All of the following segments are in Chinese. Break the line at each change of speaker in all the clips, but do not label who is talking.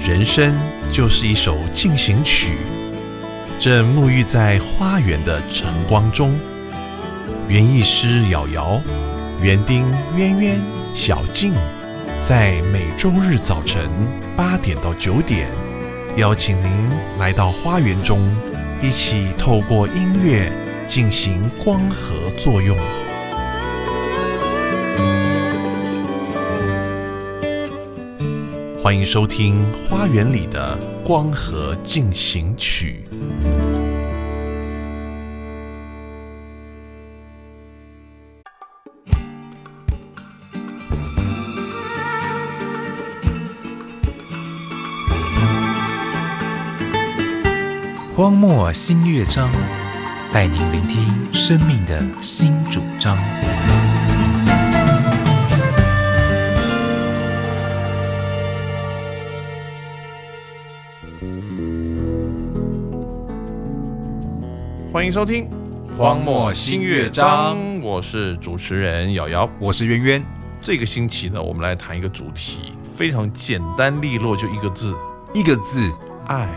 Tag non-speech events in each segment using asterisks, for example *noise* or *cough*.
人生就是一首进行曲，正沐浴在花园的晨光中。园艺师瑶瑶、园丁渊渊、小静，在每周日早晨八点到九点，邀请您来到花园中，一起透过音乐进行光合作用。欢迎收听《花园里的光合进行曲》。
荒漠新乐章，带您聆听生命的新主张。
欢迎收听《
荒漠新乐章》，
我是主持人瑶瑶。
我是渊渊，
这个星期呢，我们来谈一个主题，非常简单利落，就一个字
一个字
——爱。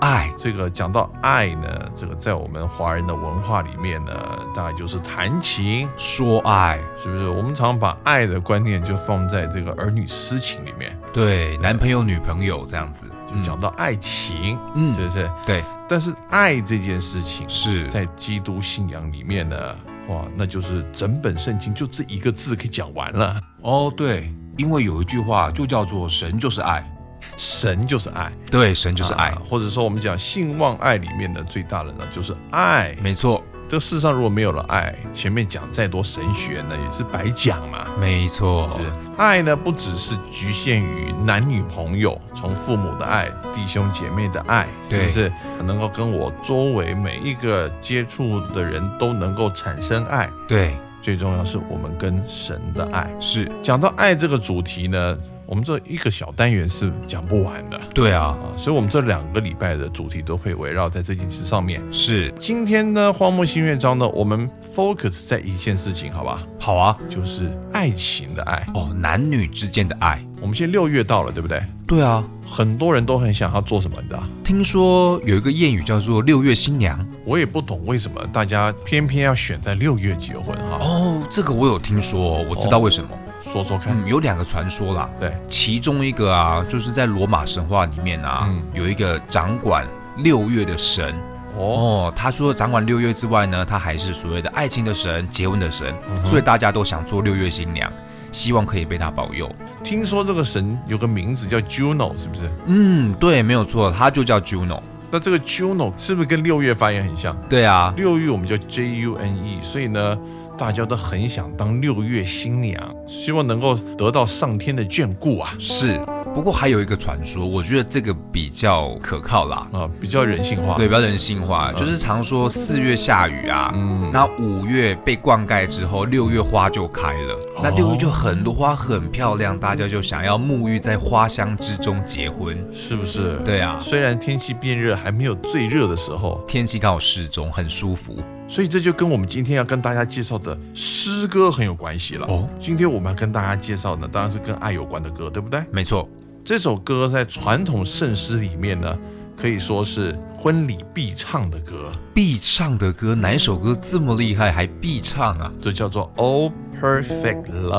爱，
这个讲到爱呢，这个在我们华人的文化里面呢，大概就是弹琴，
说爱，
是不是？我们常把爱的观念就放在这个儿女私情里面，
对，男朋友女朋友这样子，
就讲到爱情，
嗯
是不是？
嗯对
但是爱这件事情，
是
在基督信仰里面呢，哇，那就是整本圣经就这一个字可以讲完了，
哦对，因为有一句话就叫做神就是爱，
神就是爱，
对，神就是爱，
啊或者说我们讲信望爱里面的最大的呢就是爱。
没错，
这世上如果没有了爱，前面讲再多神学呢也是白讲嘛。
没错
是，爱呢，不只是局限于男女朋友，从父母的爱、弟兄姐妹的爱，是
对
不是能够跟我周围每一个接触的人都能够产生爱？
对，
最重要是我们跟神的爱。
是，
讲到爱这个主题呢，我们这一个小单元是讲不完的
对啊，
啊，所以我们这两个礼拜的主题都会围绕在这件事上面。
是，
今天呢，荒漠新乐章呢，我们 focus 在一件事情，好吧，
好啊，
就是爱情的爱。
哦，男女之间的爱，
我们现在六月到了，对不对？
对啊，
很多人都很想要做什么，你知道？
听说有一个谚语叫做“六月新娘
我也不懂为什么大家偏偏要选在六月结婚”，哈。
哦，这个我有听说，哦我知道为什么。
说说看，
嗯，有两个传说啦，
对，
其中一个啊，就是在罗马神话里面啊，
嗯
有一个掌管六月的神。
哦，
哦，他除了掌管六月之外呢，他还是所谓的爱情的神、结婚的神，
嗯
所以大家都想做六月新娘，希望可以被他保佑。
听说这个神有个名字叫 Juno，是不是？
嗯，对，没有错，他就叫 Juno。
那这个 Juno 是不是跟六月发音很像？
对啊，
六月我们叫 J U N E，所以呢，大家都很想当六月新娘，希望能够得到上天的眷顾啊
是。不过还有一个传说，我觉得这个比较可靠啦。
啊，比较人性化。
对，，比较人性化，
嗯
就是常说四月下雨啊，那五月被灌溉之后，六月花就开了，
哦
那六月就很多花很漂亮，大家就想要沐浴在花香之中结婚。
是不是？
对啊，
虽然天气变热，还没有最热的时候，
天气刚好适中，很舒服。
所以这就跟我们今天要跟大家介绍的诗歌很有关系了。
哦，
今天我们要跟大家介绍呢，当然是跟爱有关的歌，对不对？
没错，
这首歌在传统圣诗里面呢，可以说是婚礼必唱的歌，
必唱的歌，哪一首歌这么厉害还必唱啊？
这叫做《All Perfect Love》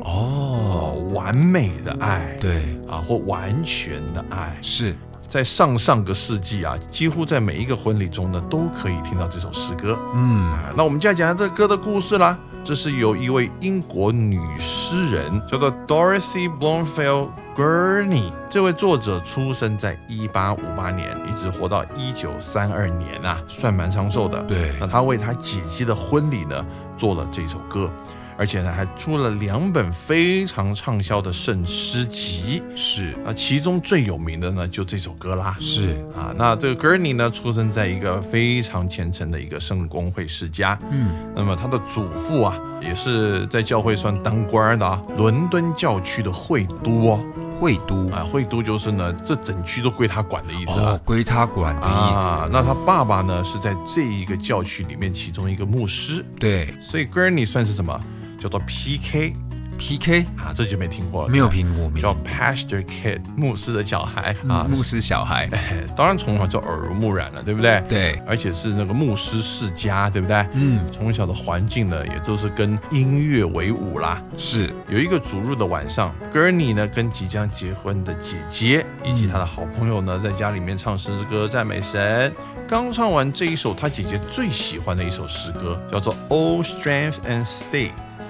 哦，
哦，完美的爱，
对，
啊，或完全的爱，
是
在上上个世纪啊，几乎在每一个婚礼中呢，都可以听到这首诗歌。
嗯，
啊，那我们就要讲这个歌的故事啦。这是由一位英国女诗人叫做 Dorothy Blomfield Gurney，这位作者出生在一八五八年，一直活到一九三二年啊，算蛮长寿的。
对
那她为她姐姐的婚礼呢做了这首歌，而且呢还出了两本非常畅销的圣诗集。
是
那其中最有名的呢就这首歌啦。
是，
啊，那这个 Gurney 呢，出生在一个非常虔诚的一个圣公会世家。
嗯，
那么他的祖父啊，也是在教会算当官儿的啊，伦敦教区的会督哦。
会都
啊，会督就是呢，这整区都归他管的意思
哦
啊。，
归他管的意
啊，那他爸爸呢，是在这一个教区里面其中一个牧师，
思，对，
所以 Gurney 算是什么？叫做 PK
PK
啊，这就没听过了，
没有听过，没
叫
有
Pastor Kid 牧师的小孩啊，
牧师小孩，
哎 *laughs* 当然从小就耳濡目染了，对不对？
对，
而且是那个牧师世家，对不对？
嗯，
从小的环境呢，也就是跟音乐为伍啦。
是
有一个逐日的晚上，Gurney 呢跟即将结婚的姐姐以及她的好朋友呢，在家里面唱诗歌赞美神。刚唱完这一首她姐姐最喜欢的一首诗歌，叫做《All Strength and Stay》，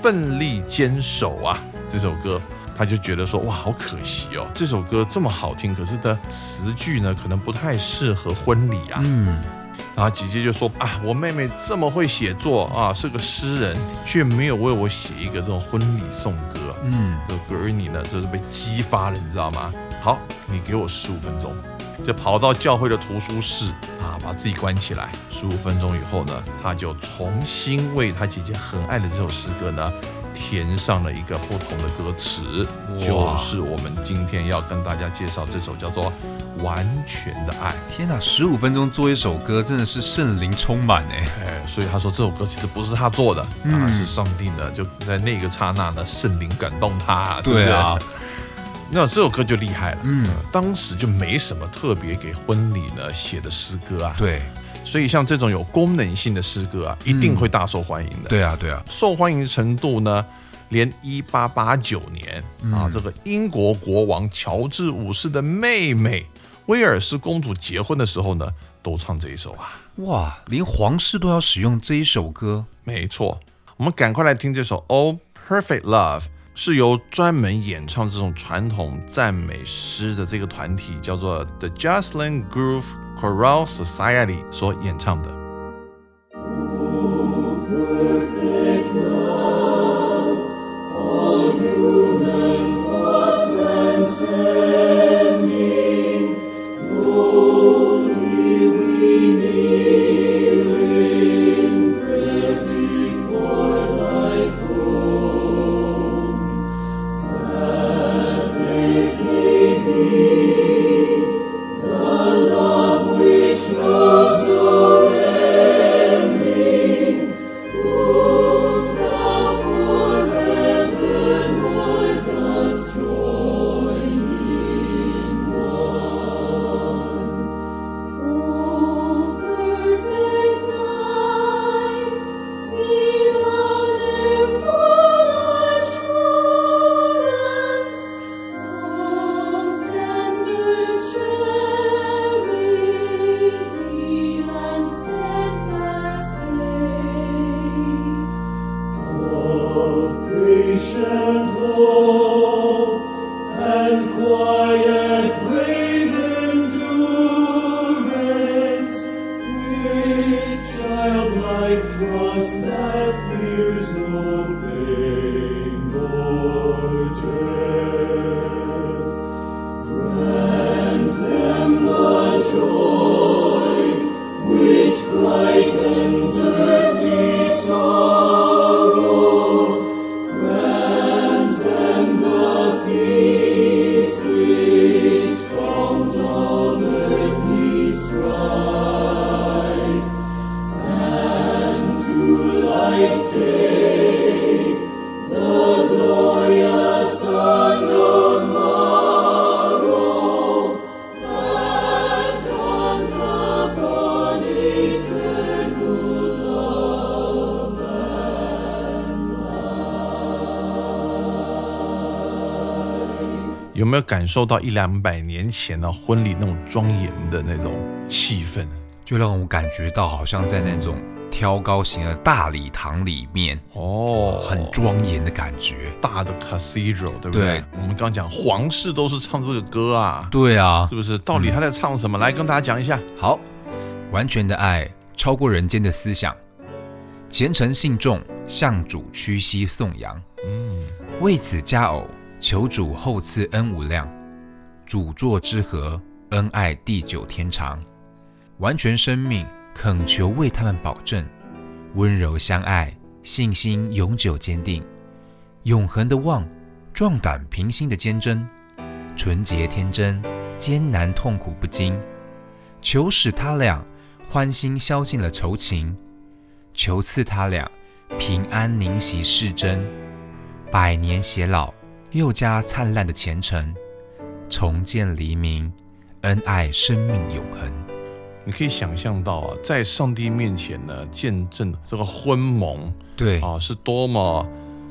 奋力坚守啊，这首歌。她就觉得说哇，好可惜哦，这首歌这么好听，可是的词句呢，可能不太适合婚礼啊。
嗯，
然后姐姐就说啊，我妹妹这么会写作啊，是个诗人，却没有为我写一个这种婚礼颂歌。
嗯，
这格尔尼呢，就是被激发了，你知道吗？好，你给我十五分钟，就跑到教会的图书室啊，把自己关起来。十五分钟以后呢，他就重新为他姐姐很爱的这首诗歌呢，填上了一个不同的歌词，
哇
就是我们今天要跟大家介绍这首叫做《完全的爱》。
天哪，十五分钟做一首歌，真的是圣灵充满哎，
哎，所以他说这首歌其实不是他做的，啊，
嗯
是上帝呢，就在那个刹那呢，圣灵感动他。是不是
对啊，
*laughs* 那这首歌就厉害了，
嗯
呃当时就没什么特别给婚礼呢写的诗歌啊，，
*laughs* 对，嗯
所以像这种有功能性的诗歌啊，一定会大受欢迎的。
对啊，对啊，
受欢迎程度呢，连一八八九年、
嗯
啊，这个英国国王乔治五世的妹妹威尔士公主结婚的时候呢，都唱这一首啊。
哇，连皇室都要使用这一首歌，
没错，我们赶快来听这首《Oh Perfect Love》，是由专门演唱这种传统赞美诗的这个团体叫做 The Jocelyn Groove Choral Society 所演唱的。
Perfect life, we are therefore assurance of tender charity and steadfast faith.
patient hope and quiet brave endurance with childlike trust that fears no pain nor death. Grant them the joy which brightens earthly sorrows. Grant them the peace which calms all earthly strife, and to life's day the glorious unknown morrow that dawns upon eternal love and light.
有没有感受到一两百年前呢婚礼那种庄严的那种气氛？
就让我感觉到好像在那种挑高型的大礼堂里面，
哦
很庄严的感觉。
大的 cathedral，对不对？
对
我们刚讲皇室都是唱这个歌啊，
对啊
是，不是？到底他在唱什么？来跟大家讲一下。
好，完全的爱超过人间的思想，虔诚信众向主屈膝颂扬，嗯，为子佳偶，求主厚赐恩无量，主作之和，恩爱地久天长，完全生命恳求为他们保证，温柔相爱，信心永久坚定，永恒的望，壮胆平心的坚贞，纯洁天真，艰难痛苦不惊。求使他俩欢欣消尽了仇情，求赐他俩平安宁息世真，百年偕老，又加灿烂的前程，重见黎明，恩爱生命永恒。
你可以想象到啊，在上帝面前呢，见证这个婚盟
对，
啊，是多么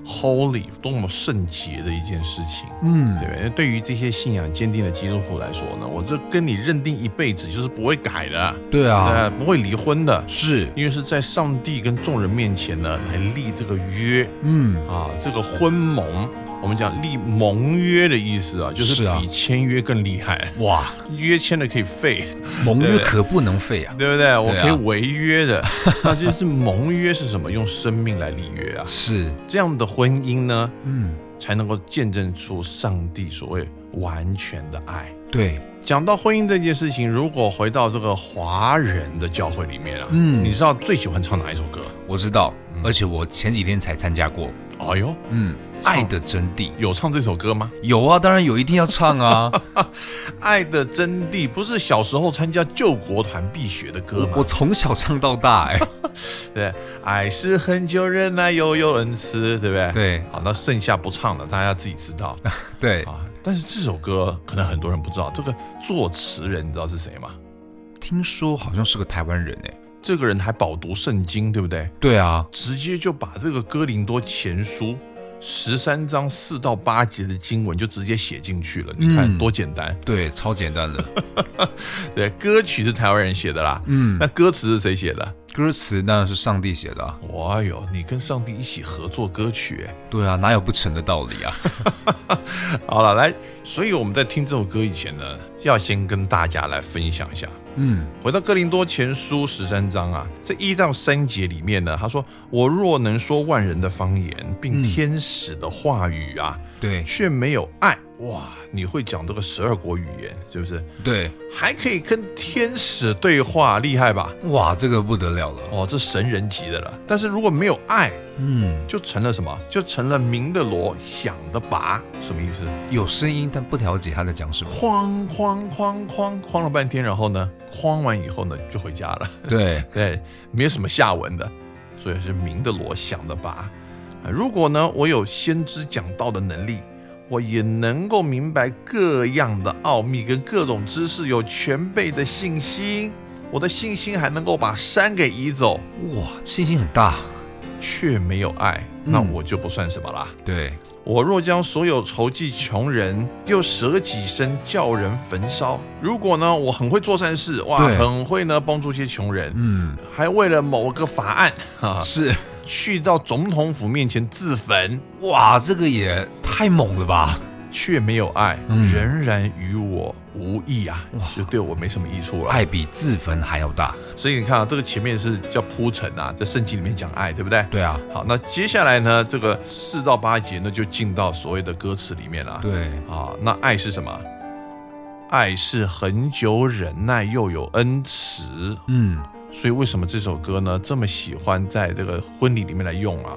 holy、多么圣洁的一件事情。
嗯，
对不对？对于这些信仰坚定的基督徒来说呢，我这跟你认定一辈子就是不会改的，
对啊，
呃，不会离婚的，
是，
因为是在上帝跟众人面前呢来立这个约
嗯，
啊，这个婚盟。我们讲立盟约的意思啊，就是是
啊
比签约更厉害。
哇，
约签了可以废，
盟约
对
可不能废啊，
对不对？我
对啊
可以违约的。 *laughs* 那就是盟约是什么？用生命来立约啊。
是，
这样的婚姻呢，
嗯，
才能够见证出上帝所谓完全的爱。
对，
讲到婚姻这件事情，如果回到这个华人的教会里面啊，
嗯
你知道最喜欢唱哪一首歌？
我知道，而且我前几天才参加过，
哎呦，
嗯，爱的真谛
有唱这首歌吗？
有啊，当然有，一定要唱啊，
《爱的真谛》不是小时候参加救国团必学的歌
*laughs* 我
吗？
从小唱到大， *laughs* 哎，
对，爱是恒久忍耐，又有恩慈，对不对？。
对
好，那剩下不唱了，大家自己知道
对，
啊。但是这首歌可能很多人不知道，这个作词人你知道是谁吗？
听说好像是个台湾人，哎，
这个人还饱读圣经，对不对？
对啊，
直接就把这个哥林多前书十三章四到八节的经文就直接写进去了，你看
嗯
多简单。
对，超简单的， *laughs*
对，歌曲是台湾人写的啦，
嗯
那，歌词是谁写的？
歌词当然是上帝写的啊，
哇哟，你跟上帝一起合作歌曲欸，
对啊，哪有不成的道理 *laughs* 啊？
*laughs* 好了，来，所以我们在听这首歌以前呢，要先跟大家来分享一下。
嗯，
回到哥林多前书十三章啊，这一到三节里面呢，他说：“我若能说万人的方言，并
嗯
天使的话语啊，
对
却没有爱，哇！你会讲这个十二国语言，是不是？
对，
还可以跟天使对话，厉害吧？
哇，这个不得了了，
哦，这神人级的了。但是如果没有爱，
嗯，
就成了什么？就成了鸣的锣，响的拔，什么意思？
有声音但不了解他在讲什么，
哐哐哐哐哐了半天，然后呢，哐完以后呢，就回家了。
对，
对，哎没有什么下文的，所以是鸣的锣，响的拔。啊如果呢，我有先知讲道的能力，我也能够明白各样的奥秘跟各种知识，有全备的信心。我的信心还能够把山给移走，
哇，信心很大，
却没有爱，那
嗯
我就不算什么啦。
对，
我若将所有仇记穷人，又舍己身叫人焚烧。如果呢，我很会做善事，哇，
对
很会呢帮助一些穷人，
嗯，
还为了某个法案啊，
是，
去到总统府面前自焚，
哇，这个也太猛了吧，
却没有爱，
嗯
仍然与我无益啊
哇，哎
就对我没什么益处了。啊
爱比自焚还要大，
所以你看啊，这个前面是叫铺陈啊，在圣经里面讲爱，对不对？
对啊，
好，那接下来呢，这个四到八节呢，就进到所谓的歌词里面了。
对，
啊，那爱是什么？爱是恒久忍耐，又有恩慈。
嗯，
所以为什么这首歌呢这么喜欢在这个婚礼里面来用啊？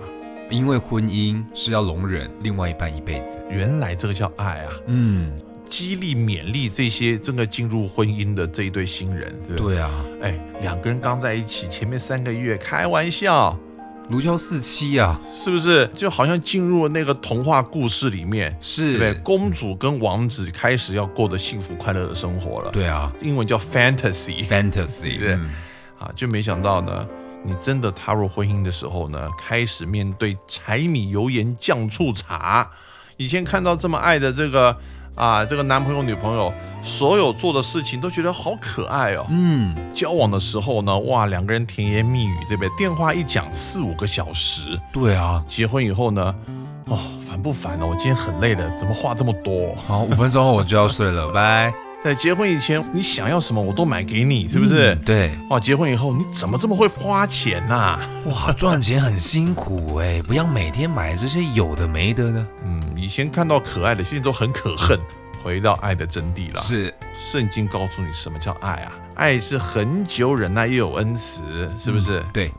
因为婚姻是要容忍另外一半一辈子，
原来这个叫爱啊。
嗯，
激励、勉励这些正在进入婚姻的这一对新人，对不对？
对啊，
哎，两个人刚在一起，前面三个月开玩笑，
如胶似漆啊，
是不是就好像进入了那个童话故事里面，对
是，
不对？公主跟王子开始要过得幸福快乐的生活了，，
对啊
英文叫 fantasy，
，fantasy，
对
嗯
啊，就没想到呢，你真的踏入婚姻的时候呢，开始面对柴米油盐酱醋茶。以前看到这么爱的这个啊，这个男朋友女朋友，所有做的事情都觉得好可爱哦。
嗯。
交往的时候呢，哇，两个人甜言蜜语，对不对？电话一讲四五个小时。
对啊，
结婚以后呢，哦，烦不烦呢、我今天很累了，怎么话这么多？
好，五分钟后我就要睡了， *laughs* 拜。
在结婚以前，你想要什么我都买给你，是不是？
嗯对，
哇，结婚以后你怎么这么会花钱呐、
哇，赚钱很辛苦哎、不要每天买这些有的没的呢。
嗯，以前看到可爱的，现在都很可恨。回到爱的真谛了，
嗯是，
圣经告诉你什么叫爱啊？爱是恒久忍耐，又有恩慈，是不是？
对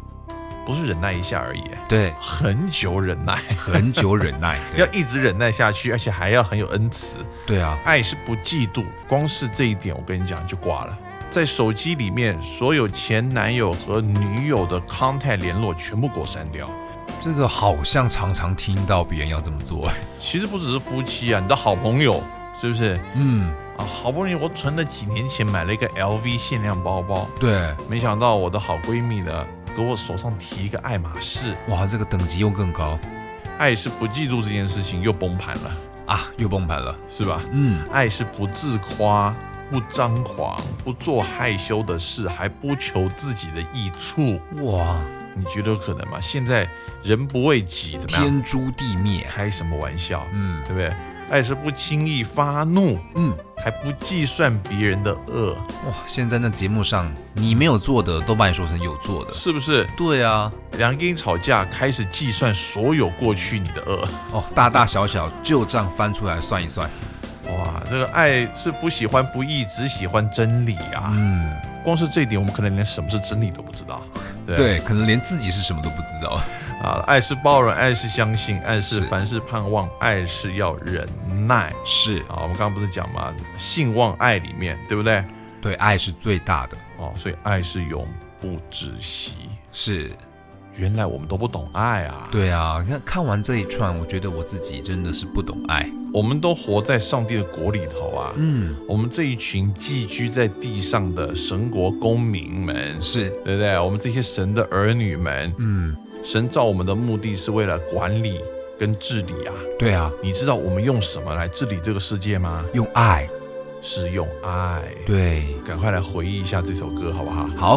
不是忍耐一下而已，
对，
很久忍耐，
很久
*laughs*
忍耐。
要
对
一直忍耐下去，而且还要很有恩慈。
对啊，
爱是不嫉妒，光是这一点，我跟你讲就挂了。在手机里面，所有前男友和女友的 contact 联络全部给我删掉，
这个好像常常听到别人要这么做，哎
其实不只是夫妻啊，你的好朋友是不是
嗯，
啊？好不容易我存了几年钱买了一个 LV 限量包包，
对，
没想到我的好闺蜜呢，给我手上提一个爱马仕，
哇，这个等级又更高
爱是不记住这件事情又崩盘了，
啊，又崩盘了，
是吧？
嗯，
爱是不自夸、不张狂、不做害羞的事，还不求自己的益处，
哇，
你觉得有可能吗？现在人不为己，怎么样？
天诛地灭，啊
开什么玩笑？
嗯
对不对？爱是不轻易发怒，
嗯，
还不计算别人的恶，
哇，现在那节目上你没有做的都把你说成有做的，
是不是？
对啊，
两个人吵架，开始计算所有过去你的恶。
哦，大大小小旧账翻出来算一算，
哇，这个爱是不喜欢不义，只喜欢真理啊！
嗯，
光是这一点，我们可能连什么是真理都不知道。对
对，可能连自己是什么都不知道，
啊，爱是包容，爱是相信，爱是
是
凡事盼望，爱是要忍耐
是
啊。我们刚刚不是讲嘛，信望爱里面，对不对？
对，爱是最大的，
哦，所以爱是永不止息。
是
原来我们都不懂爱啊！
对啊，看看完这一串，我觉得我自己真的是不懂爱，
我们都活在上帝的国里头啊！
嗯，
我们这一群寄居在地上的神国公民们，
是，
对不对？我们这些神的儿女们，
嗯，
神造我们的目的是为了管理跟治理啊。
对啊，
你知道我们用什么来治理这个世界吗？
用爱，
是用爱。
对，
赶快来回忆一下这首歌，好不好？
好，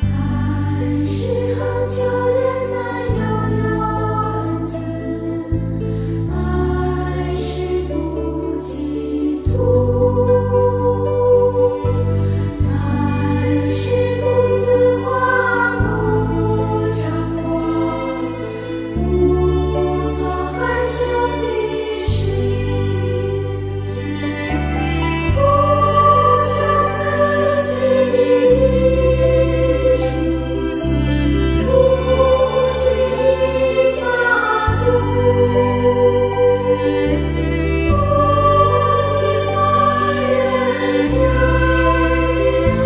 爱是恒久忍耐又有恩慈，爱是不嫉妒，爱是不自夸，不张狂，不做害羞的事，不求自己的益处。不惜发怒，不计算人间的恶，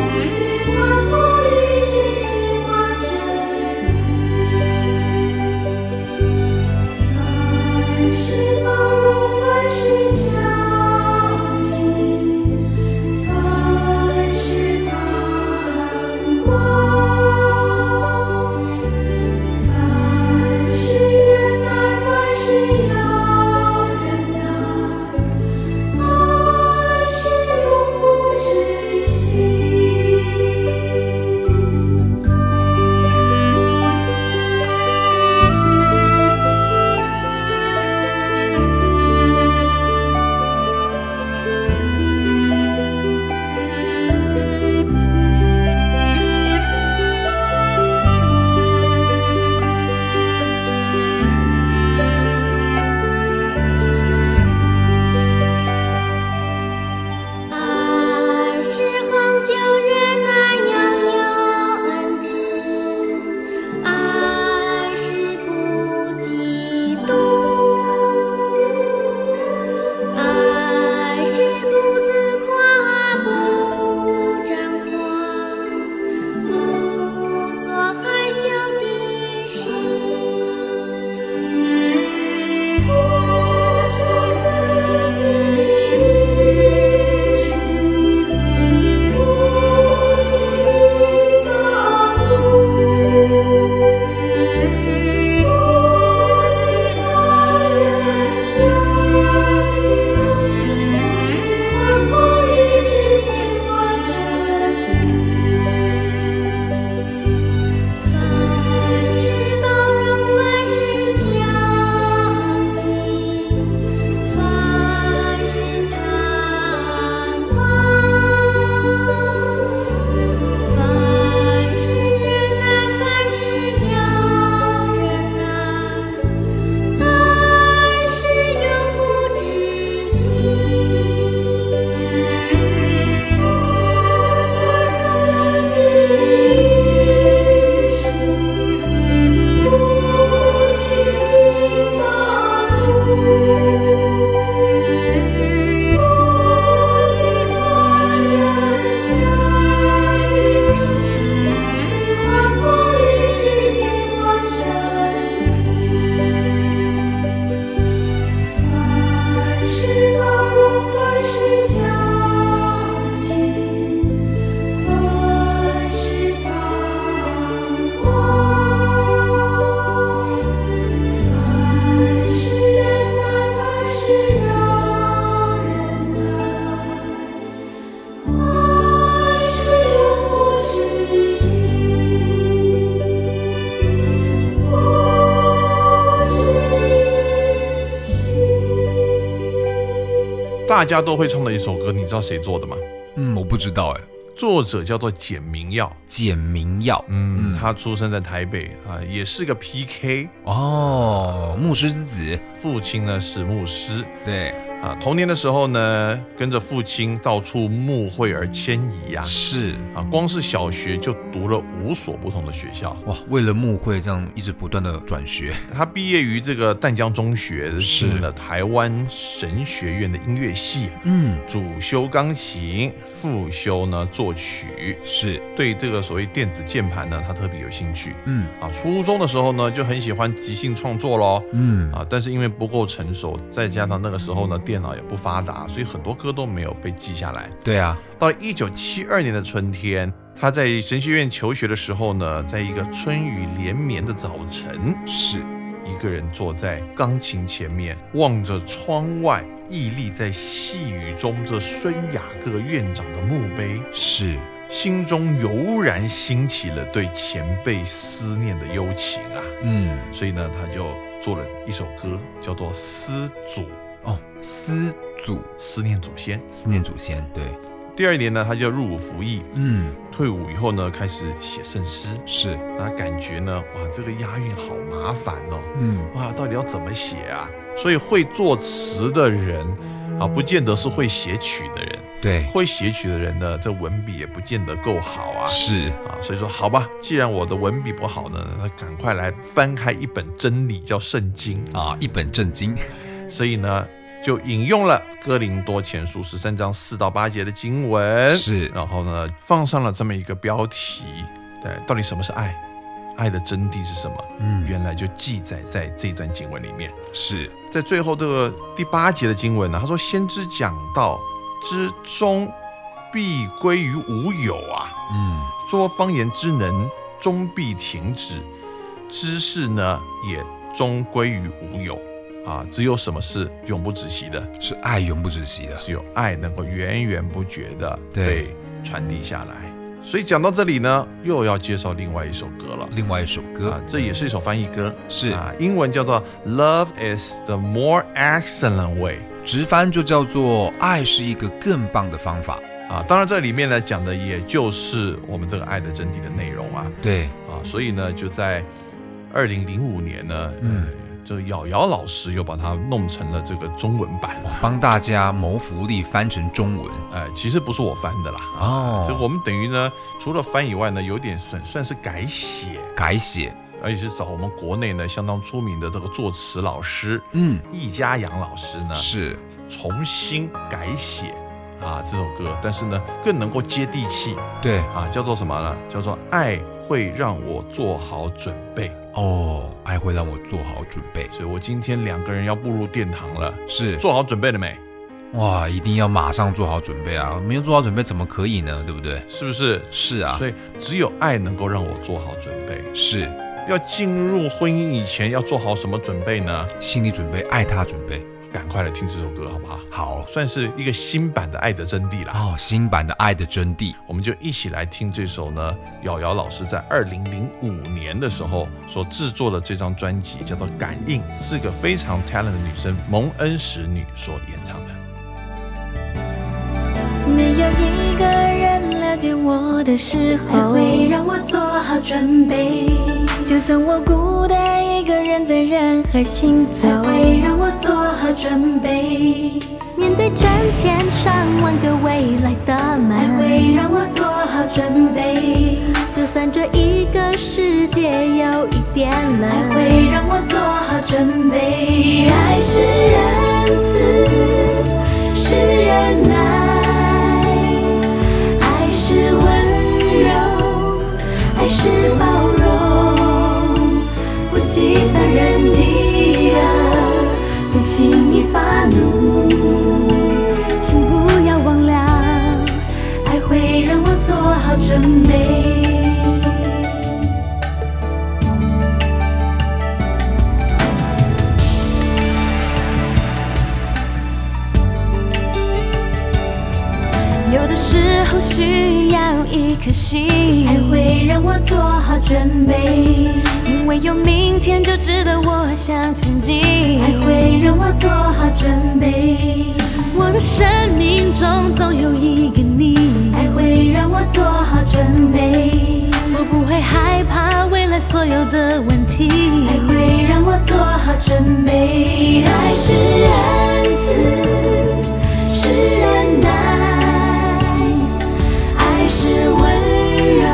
不喜欢不义，只喜欢真理。啊
大家都会唱的一首歌，你知道谁做的吗？
嗯，我不知道哎。
作者叫做简明耀，
简明耀，
嗯，他出生在台北啊、也是个 PK，
哦，牧师之子，
父亲呢是牧师
对，
啊。童年的时候呢，跟着父亲到处牧会而迁移呀、
是
啊，光是小学就读了五所不同的学校。
哇，为了牧会这样一直不断的转学，
他毕业于这个淡江中学，
是
进了台湾神学院的音乐系，
嗯，
主修钢琴，副修呢作曲。
是，
对这个所谓电子键盘呢，他特别有兴趣。
嗯
啊，初中的时候呢，就很喜欢即兴创作咯。
嗯，
啊，但是因为不够成熟，再加上那个时候呢，电脑也不发达，所以很多歌都没有被记下来。
对啊，
到了一九七二年的春天，他在神学院求学的时候呢，在一个春雨连绵的早晨，
是，
一个人坐在钢琴前面，望着窗外屹立在细雨中这孙雅各院长的墓碑，
是，
心中油然兴起了对前辈思念的幽情啊！
嗯，
所以呢，他就做了一首歌，叫做《思祖》，
哦，思祖
思念祖先。
思念祖先，对，
第二年呢，他就入伍服役，
嗯，
退伍以后呢，开始写圣诗。
是，
那啊感觉呢，哇，这个押韵好麻烦哦，
嗯，
哇，到底要怎么写啊？所以会作词的人啊，不见得是会写曲的人，
对，
会写曲的人呢，这文笔也不见得够好啊。
是，
啊，所以说好吧，既然我的文笔不好呢，那赶快来翻开一本真理，叫圣经。
啊，一本正经，
所以呢，就引用了哥林多前书十三章四到八节的经文，
是
然后呢，放上了这么一个标题，对，到底什么是爱？爱的真谛是什么？
嗯
原来就记载在这段经文里面。
是，
在最后这个第八节的经文呢，他说：“先知讲道之终，必归于无有啊；
嗯，
说方言之能，终必停止；知识呢，也终归于无有啊。只有什么是永不止息的？
是爱永不止息的，
只有爱能够源源不绝的
对
被传递下来。所以讲到这里呢，又要介绍另外一首歌了。
另外一首
啊
歌，，
这也是一首翻译歌，
是
啊，英文叫做《Love Is the More Excellent Way》
直翻就叫做爱是一个更棒的方法，
啊。当然，这里面呢讲的也就是我们这个爱的真谛的内容啊
对，
啊，所以呢，就在二零零五年呢，
嗯
呃，这瑶瑶老师又把它弄成了这个中文版了。
帮大家谋福利翻成中文，
哎，其实不是我翻的啦，啊，
哦
这个我们等于呢，除了翻以外呢，有点算算是改写，
改写，
而且是找我们国内呢相当出名的这个作词老师
嗯，
易家扬老师呢，
是，
重新改写啊这首歌，但是呢更能够接地气
对，
啊，叫做什么呢？叫做爱会让我做好准备。
哦，爱会让我做好准备，
所以我今天两个人要步入殿堂了，
是，
做好准备了没？
哇，一定要马上做好准备啊！没有做好准备怎么可以呢？对不对？
是不是？
是啊，
所以只有爱能够让我做好准备。
是
要进入婚姻以前要做好什么准备呢？
心理准备，爱他准备
赶快来听这首歌好不好？
好
算是一个新版的《爱的真谛》啦。
哦。新版的《爱的真谛》
我们就一起来听这首呢，瑶瑶老师在二零零五年的时候所制作的这张专辑，叫做《感应》，是个非常 talent 的女生蒙恩石女所演唱的。
没有一个人了解我的时
爱
候，
会让我做好准备，
就算我孤单一个人在任何行走
爱，会让我做好准备，
面对成千上万个未来的
爱
门，
会让我做好准备，
就算这一个世界有一点冷，
爱会让我做好准备。爱是仁慈，是忍耐，爱是温柔，爱是包容，不计算人的恶，不轻易发怒。
请不要忘了，
爱会让我做好准备。
有的时候需要一颗心，
爱会让我做好准备，
因为有明天就值得我向前进，
爱会让我做好准备，
我的生命中总有一个你，
爱会让我做好准备，
我不会害怕未来所有的问题。
爱会让我做好准备。爱是恩赐，是忍耐，爱是温柔，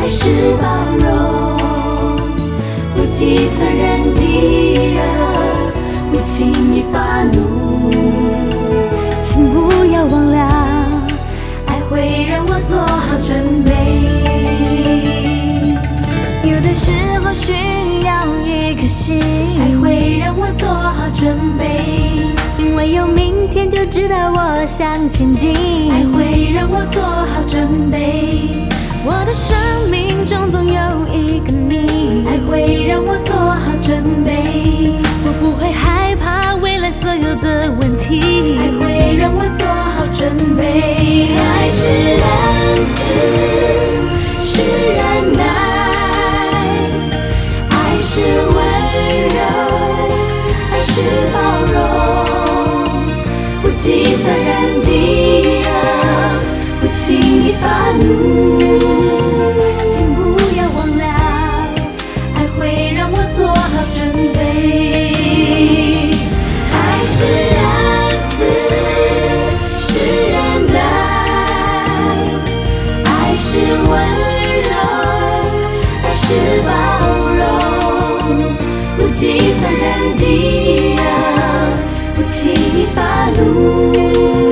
爱是包容，不计算人的恶，不轻易发怒。
请不要忘了，
爱会让我做好准备，
有的时候需要一颗心，
爱会让我做好准备，
因为有明天就知道我想前进。
爱会让我做好准备，
我的生命中总有一个你，
爱会让我做好准备，
我不会害怕未来所有的问题。
爱会让我做好准备。爱是恩赐，是忍耐，爱是温柔，爱是包容，不计算人的恶，不轻易发怒。请不要忘了，爱会让我做好准备。爱是恩赐，是忍耐，爱是温柔，爱是包容，不计算人的恶，不轻易发怒。 *laughs*